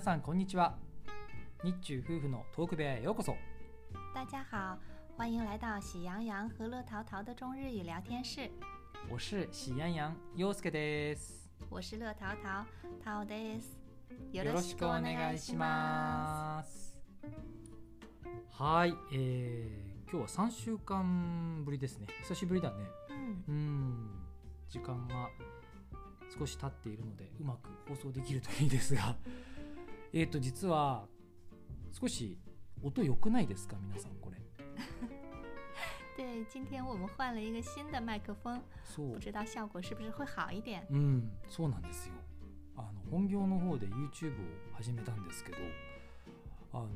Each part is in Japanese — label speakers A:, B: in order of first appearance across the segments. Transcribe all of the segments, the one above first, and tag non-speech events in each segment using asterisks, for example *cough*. A: さんこんにちは日中夫婦のトーク部屋へようこそ
B: 大家好，欢迎来到喜羊羊和乐淘淘的中日语聊天室，
A: 我是喜羊羊陽介です
B: 我是乐淘淘，淘です。よ
A: よろしくお願いしますはい、えー、今日は3週間ぶりですね久しぶりだね
B: ろしくお願いします。うん、
A: うん時間が少し経っているのでうまく放送できるといいですが *laughs* えっと実は少し音良くないですか皆さんこれ
B: 对，今天我们换了一个新的麦克风，
A: そう
B: 不知道效果是不是会好一点？
A: うん、そうなんですよあの本業の方で YouTube を始めたんですけどあの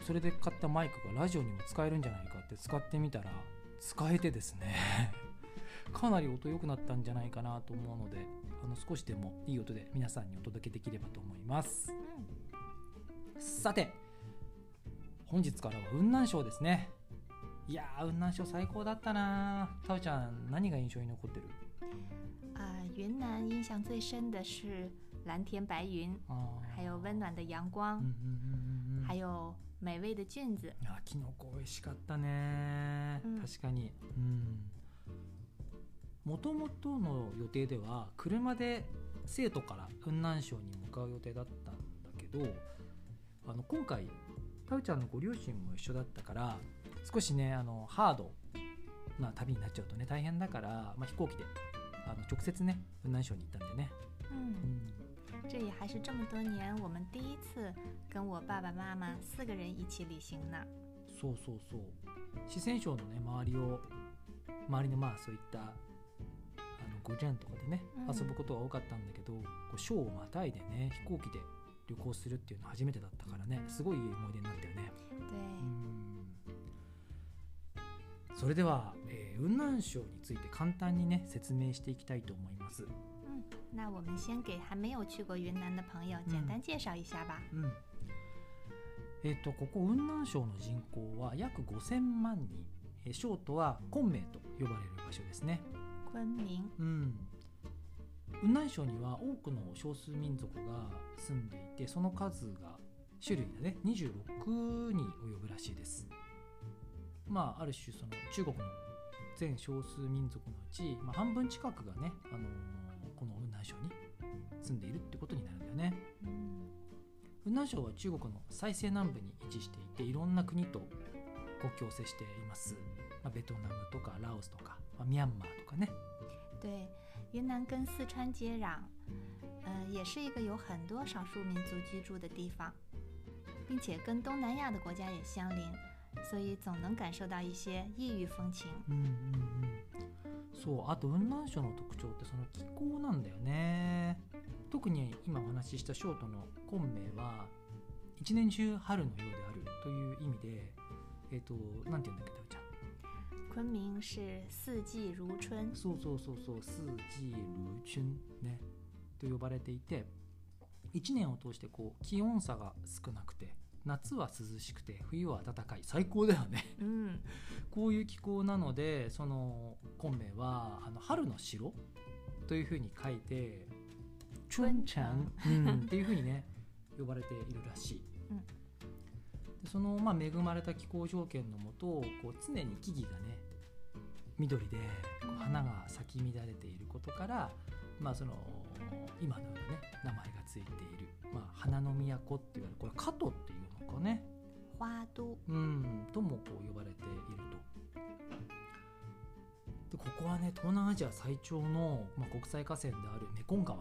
A: それで買ったマイクがラジオにも使えるんじゃないかって使ってみたら使えてですね *laughs* かなり音良くなったんじゃないかなと思うのであの少しでもいい音で皆さんにお届けできればと思います
B: 嗯，
A: さて本日からは雲南省ですねいやー雲南省最高だったなータオちゃん何が印象に残ってる
B: 啊、云南印象最深的是蓝天白云，
A: あー
B: 还有温暖的阳
A: うん
B: 光
A: うん、うんうんうん
B: 还有美味的菌子。
A: いやキノコ美味しかったね、
B: うん
A: 確かにうんもともとの予定では車で生徒から雲南省に向かう予定だったんだけどあの今回たうちゃんのご両親も一緒だったから少しねあのハードな旅になっちゃうとね大変だから、まあ、飛行機であの直接ね雲南省に行ったんだよね、う
B: 嗯，
A: ん、
B: 这也还是这么多年我们第一次跟我爸爸妈妈四个人一起旅行呢。
A: そうそうそう四川省のね周りを周りのまあそういったあのゴジャンとかでね
B: うん
A: 遊ぶことが多かったんだけど、こう省をまたいでね飛行機で旅行するっていうのは初めてだったからねすごいいい思い出になったよね。
B: 对，
A: うんそれでは、えー雲南省について簡単にね説明していきたいと思います。
B: 那我们先给还没有去过云南的朋友简单介绍一下吧。
A: うんえっとここ雲南省の人口は約5,000万人えー省都は昆明と呼ばれる場所ですね。
B: 昆明，
A: うん、雲南省には多くの少数民族が住んでいてその数が種類がね26に及ぶらしいです。まあある種その中国の全少数民族のうち、まあ、半分近くがね、あのーこの雲南省に住んでいるってことになるんだよね。
B: 嗯
A: 雲南省は中国の最西南部に位置していていろんな国と国境を接しています。まあ、ベトナムとかラオスとか、まあ、ミャンマーとかね。
B: 对，云南跟四川接壤，呃，也是一个有很多少数民族居住的地方，并且跟东南亚的国家也相邻，所以总能感受到一些异域风情。
A: うんうんうん、そうあと雲南省の特徴ってその気候なんだよね特に今お話ししたショートの昆明は一年中春のようであるという意味でえっ、となんて言うんだっけタブちゃん
B: 昆明是四季如春，
A: そうそうそうそう四季如春ねと呼ばれていて一年を通してこう気温差が少なくて夏は涼しくて冬は暖かい最高だよね
B: 嗯，
A: こういう気候なのでその昆明はあの春の城というふうに書いて「チュンチャン」 *laughs* うんっていうふうにね呼ばれているらしい。
B: うん
A: でその、まあ、恵まれた気候条件のもとこう常に木々がね緑でこう花が咲き乱れていることから、まあ、その今のようなね名前がついている、まあ、花の都って言われるこれ加藤っていうのかね。
B: 花都，
A: うん、ともこう呼ばれていると。でここはね東南アジア最長の、まあ、国際河川であるメコン川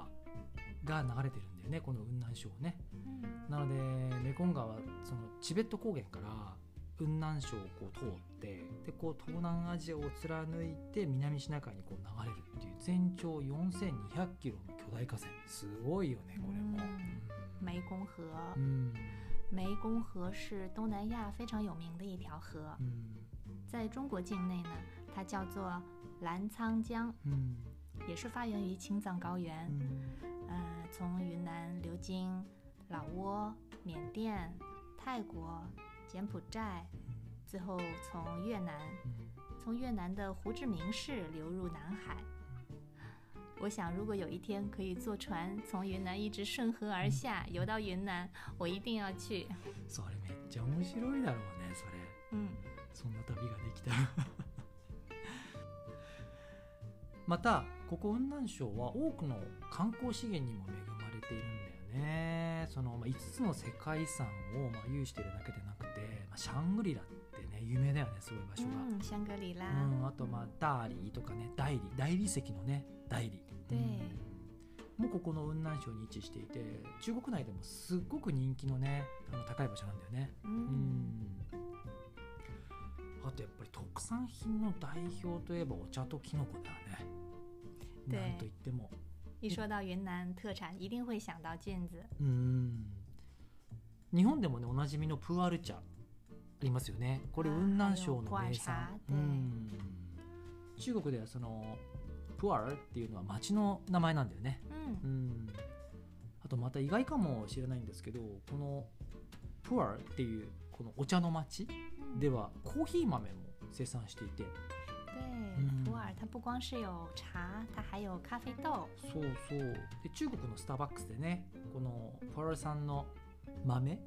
A: が流れてるんだよねこの雲南省ね。
B: 嗯
A: なのでメコン川そのチベット高原から雲南省をこう通ってでこう東南アジアを貫いて南シナ海にこう流れるっていう全長4 2 0 0キロの巨大河川すごいよねこれも。うん
B: 湄公河，
A: うん
B: 湄公河是东南亚非常有名的一条河，
A: うん
B: 在中国境内呢，它叫做澜沧江，
A: うん
B: 也是发源于青藏高
A: う
B: 原，
A: ん
B: 呃，从云南流经老挝、缅甸、泰国、柬埔寨，最后从越南，
A: うん
B: 从越南的胡志明市流入南海。我想，如果有一天可以坐船从云南一直顺河而下游到云南，我一定要去。
A: それめっちゃ面白いだろうねそれ
B: 嗯，
A: そんな旅ができたら *laughs* またここ雲南省は多くの観光資源にも恵まれているんだよねその、まあ、5つの世界遺産を、まあ、有してるだけでなくて、まあ、シャングリラってね有名だよねすごい場所が、
B: 嗯，香格里拉。
A: うん、あとまあ大理とかね大理大理石のね大理
B: 对
A: うんもうここの雲南省に位置していて中国内でもすっごく人気のねあの高い場所なんだよねう
B: 嗯，
A: んあとやっぱり特産品の代表といえばお茶とキノコだよね
B: 对
A: なんといっても
B: 一说到云南特产，一定会想到菌子。
A: うん日本でもねおなじみのプーアル茶ありますよねこれ
B: あー
A: 雲南省の
B: あの
A: 名
B: 普洱茶
A: 産
B: 对
A: うん中国ではそのプアルっていうのは町の名前なんだよね
B: 嗯
A: う，んあとまた意外かもしれないんですけどこのプアルっていうこのお茶の町
B: 嗯
A: ではコーヒー豆も生産していて嗯
B: 对，普洱它不光是有茶，它还有咖啡豆。
A: そうそうで中国のスターバックスでねこのプアルさんの豆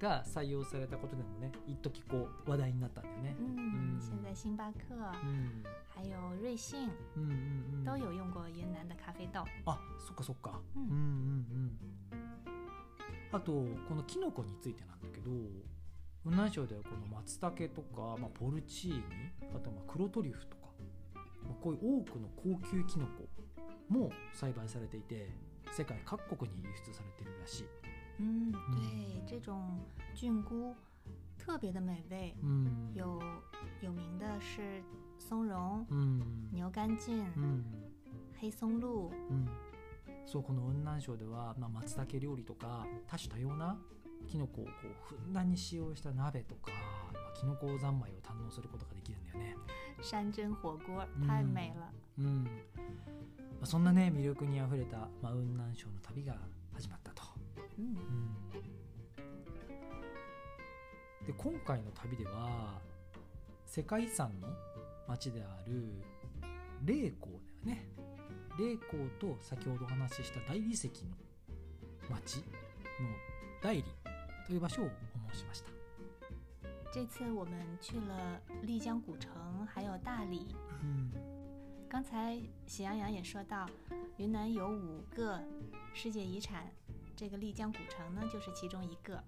A: が採用されたことでもね一時こう話題になったんだよね、嗯
B: 嗯，现在星巴克
A: うん、
B: 还有瑞幸
A: うんうんうん
B: 都有用过云南的咖啡豆。嗯
A: あそっかそっか、
B: うん
A: うんうんうんあとこのキノコについてなんだけど雲南省ではこの松茸とか、まあ、ポルチーニあとまあ黒トリュフとか、まあ、こういう多くの高級キノコも栽培されていて世界各国に輸出されているらしい。
B: 嗯，对，这种菌菇特别的美味。
A: うん
B: 有有名的是松茸、
A: うん
B: 牛肝菌、
A: うん
B: 黑松露。
A: うん、そうこの雲南省では、まあ、松茸料理とか多種多様なキノコをこうふんだんに使用した鍋とか、まあ、キノコ三昧を堪能することができるんだよね、
B: 山珍火锅
A: 嗯
B: 太美了。
A: うんまあ、そんなね魅力にあふれた、まあ、雲南省の旅が始まったと、
B: 嗯
A: うん、で今回の旅では世界遺産の町である霊光だよね霊光と先ほどお話しした大理石の町の大理という場所を訪問しました
B: 这次我们去了丽江古城，还有大理。
A: うん
B: 刚才喜羊羊也说到，云南有五个世界遗产，这个丽江古城呢就是其中一个。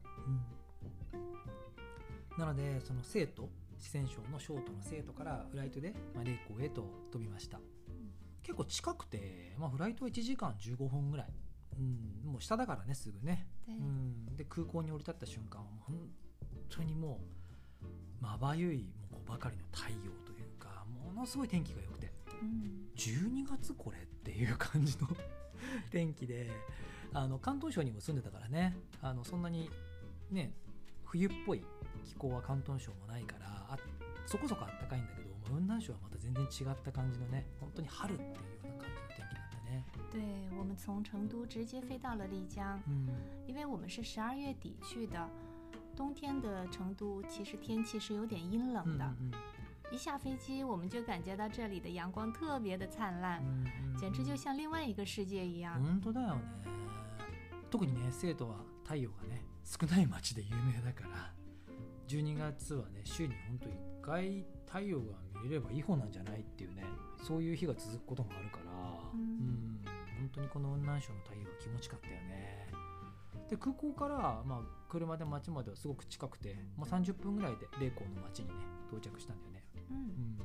A: なのでその生徒四川省の省都の生徒からフライトで、まあ、霊光へと飛びました結構近くて、まあ、フライトは1時間15分ぐらい、うん、もう下だからねすぐね、
B: 对
A: うん、で空港に降り立った瞬間はもう本当にもうまばゆいもうこうばかりの太陽というかものすごい天気が良くて
B: 嗯，
A: 12月これっていう感じの *laughs* 天気であの関東省にも住んでたからねあのそんなにね冬っぽい気候は関東省もないからあそこそこあったかいんだけど、まあ、雲南省はまた全然違った感じのね本当に春っていうような感じの天気だったね。
B: 对，我们从成都直接飞到了丽江，
A: うん
B: 因为我们是十二月底去的，冬天的成都其实天气是有点阴冷的。
A: うん
B: 一下飞机，我们就感觉到这里的阳光特别的灿烂
A: う，んうん
B: 简直就像另外一个世界一样。
A: 本当だよね特にね生徒は太陽がね少ない町で有名だから12月はね週にほんと1回太陽が見れればいい方なんじゃないっていうねそういう日が続くこともあるからう
B: うんん
A: 本当にこの雲南省の太陽は気持ちかったよねで空港から、まあ、車で町まではすごく近くて、まあ、30分ぐらいで霊光の町にね到着したんだよね
B: 嗯，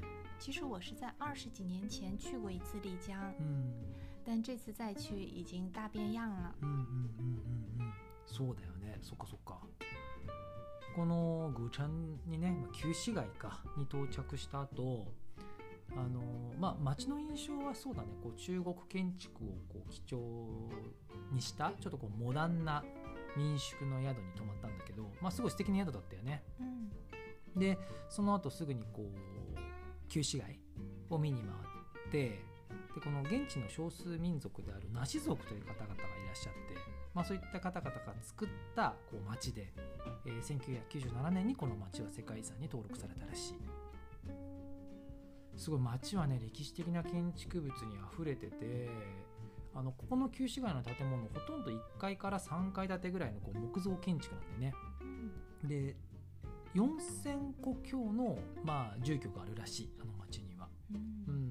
A: う
B: 其实我是在二十几年前去过一次丽江，
A: んうん
B: 但这次再去已经大变样了。
A: うんうんうんうんうんそうだよねそっかそっかこのグーチャンにねまあ旧市街かに到着した後あのまあ街の印象はそうだねこう中国建築をこう基調にしたちょっとこうモダンな民宿の宿に泊まったんだけど、まあ、すごい素敵な宿だったよね
B: 嗯，
A: でその後すぐにこう旧市街を見に回ってでこの現地の少数民族であるナシ族という方々がいらっしゃって、まあ、そういった方々が作ったこう町で、えー1997年にこの町は世界遺産に登録されたらしい。すごい街はね歴史的な建築物にあふれててあのここの旧市街の建物ほとんど1階から3階建てぐらいのこう木造建築なんでね
B: 嗯
A: で4,000個強の、まあ、住居があるらしいあの街には、
B: う
A: うんん、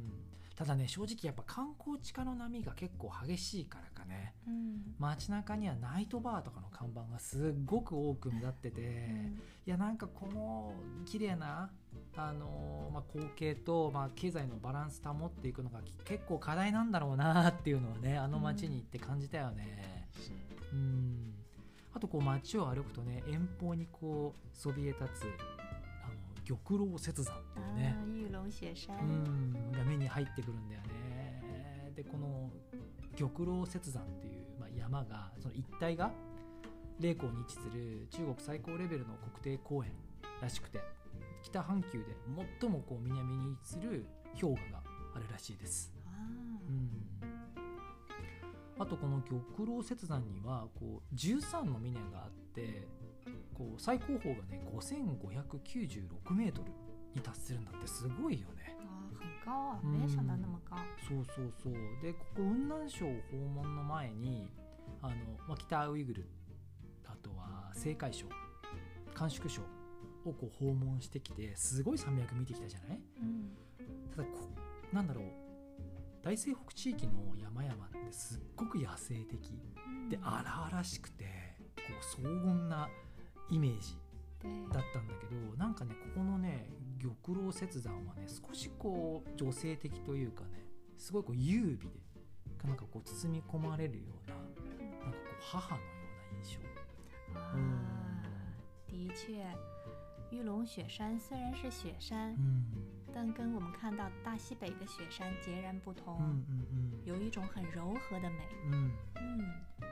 A: ただね正直やっぱ観光地化の波が結構激しいからかね
B: うん
A: 街中にはナイトバーとかの看板がすっごく多く目立ってて、
B: 嗯
A: いやなんかこの綺麗なあのーまあ、光景と、まあ、経済のバランス保っていくのがき結構課題なんだろうなっていうのはねあの街に行って感じたよね。
B: 是
A: うんあとこう街を歩くとね遠方にこうそびえ立つあの玉楼雪山っていうね
B: 啊，玉龙雪山
A: う，んが目に入ってくるんだよね。でこの玉楼雪山っていう、まあ、山がその一帯が霊湖に位置する中国最高レベルの国定公園らしくて北半球で最もこう南に位置する氷河があるらしいです。
B: 啊，
A: 嗯うんあとこの玉楼雪山にはこう13の峰があってこう最高峰がね5,596メートルに達するんだってすごいよね。
B: 哇，很高啊，
A: 嗯
B: 没有想到那么高。
A: そうそうそうでここ雲南省訪問の前にあの、まあ、北ウイグルあとは青海省甘粛省をこう訪問してきてすごい山脈見てきたじゃない
B: 嗯
A: ただこなんだろう大西北地域の山々ってすっごく野生的
B: 嗯，
A: で荒々しくてこう荘厳なイメージ
B: 对，
A: だったんだけどなんかねここのね玉楼雪山はね少しこう女性的というかねすごいこう優美でなんかこう包み込まれるようななんかこう母のような印象。
B: 啊
A: 嗯，
B: 的确，玉龙雪山虽然是雪山
A: う，ん
B: 但跟我们看到大西北的雪山截然不
A: うんう
B: 同，
A: ん
B: 有一种很柔和的美。
A: うんうん
B: 嗯，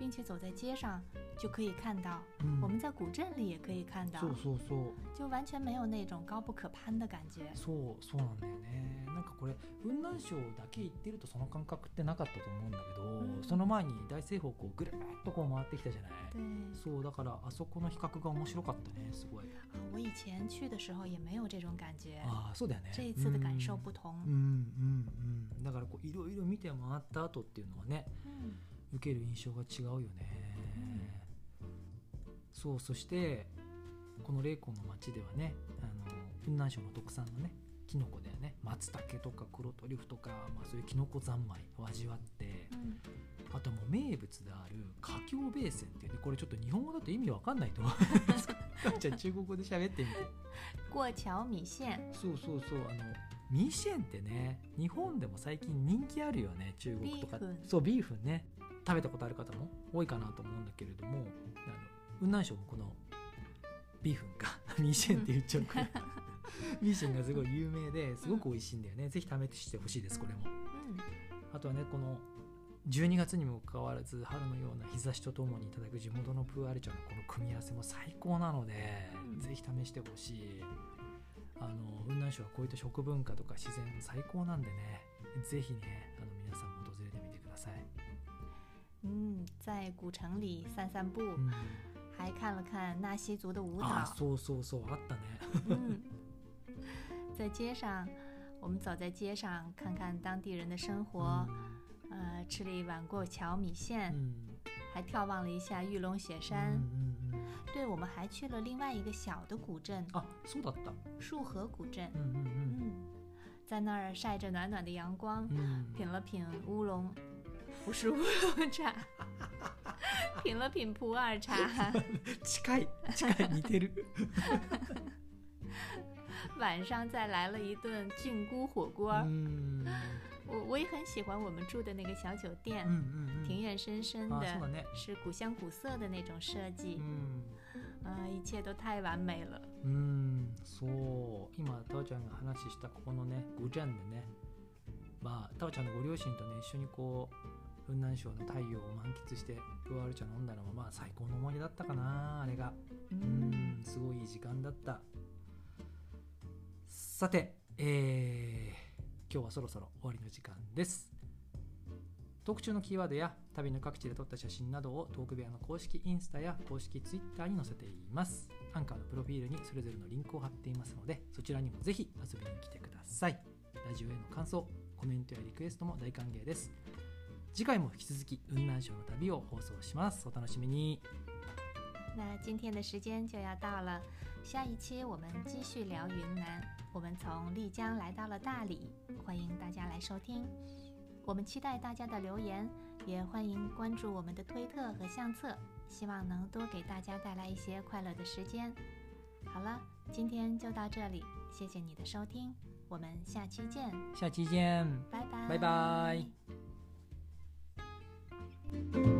B: 并且走在街上就可以看到，
A: うん
B: 我们在古镇里也可以看到
A: そ，うそうそう
B: 就完全没有那种高不可攀的感觉。
A: そうそうなんだよねなんかこれ雲南省だけ行ってるとその感覚ってなかったと思うんだけど、
B: うん
A: その前に大西北をぐるーっとこう回ってきたじゃない
B: 对，
A: そうだからあそこの比較が面白かったねすごい
B: 啊，我以前去的时候也没有这种感觉，
A: ああそうだよね
B: 这一次的感受
A: うん
B: 不
A: うん
B: 同。
A: うんうんだからこういろいろ見て回った後っていうのはね
B: 嗯
A: 受ける印象が違うよね、そうそしてこの霊魂の町ではねあの雲南省の特産のねキノコだよね松茸とか黒トリュフとか、まあ、そういうキノコ三昧を味わって
B: 嗯，
A: あともう名物である華僑米線っていうねこれちょっと日本語だと意味わかんないと思うじゃあ中国語で喋ってみて
B: 过桥米线，
A: そうそうそうあのミシェンってね日本でも最近人気あるよね中国とか
B: ビーフン
A: そうビーフンね食べたことある方も多いかなと思うんだけれどもあの雲南省もこのビーフンか *laughs* ミシェンって言っちゃう
B: *laughs*
A: からミシェンがすごい有名ですごく美味しいんだよねぜひ試してほしいですこれも
B: 嗯
A: あとはねこの12月にもかかわらず春のような日差しとともにいただく地元のプーアル茶のこの組み合わせも最高なので、
B: うん
A: ぜひ試してほしいあの雲南省はこういった食文化とか自然最高なんでねぜひねあの皆さんも訪れてみてください、
B: 嗯，在古城里散散步，
A: うん
B: 还看了看纳西族的舞
A: あ
B: 蹈。
A: そうそうそうあったね
B: 嗯，在街上，我们走在街上，看看当地人的生活，呃，吃了一碗过桥米
A: う
B: 线，
A: ん
B: 还眺望了一下玉龙雪
A: うんう
B: 山。
A: んうんうん
B: 对，我们还去了另外一个小的古镇
A: あそうだった
B: 束河古镇
A: う。んうん
B: 嗯，在那儿晒着暖暖的阳光，
A: うんうん
B: 品了品乌龙，不是乌龙茶，品了品普洱 *laughs* 茶。
A: 近い近い似てる
B: 晚上再来了一顿菌菇火锅。
A: うん
B: 我我也很喜欢我们住的那个小酒店，
A: うんうん
B: 庭院深
A: う
B: 深
A: んあそうだ
B: 的，
A: ね
B: 嗯啊是嗯古香古色的那种设
A: う
B: 计，
A: ん
B: 呃，一切都太完美了。
A: うーんそう今タオちゃんが話したここのねグジャンでねまあタオちゃんのご両親とね一緒にこう雲南省の太陽を満喫してプーアル茶飲んだのもまあ最高の思い出だったかなあれがうー
B: 嗯
A: んすごいいい時間だったさてえー今日はそろそろ終わりの時間です特注のキーワードや旅の各地で撮った写真などをトーク部屋の公式インスタや公式ツイッターに載せていますアンカーのプロフィールにそれぞれのリンクを貼っていますのでそちらにもぜひ遊びに来てくださいラジオへの感想コメントやリクエストも大歓迎です次回も引き続き雲南省の旅を放送しますお楽しみに
B: 那今天的时间就要到了，下一期我们继续聊云南。我们从丽江来到了大理，欢迎大家来收听。我们期待大家的留言，也欢迎关注我们的推特和相册，希望能多给大家带来一些快乐的时间。好了，今天就到这里，谢谢你的收听，我们下期见，
A: 下期见
B: 拜
A: 拜
B: 拜，
A: 拜。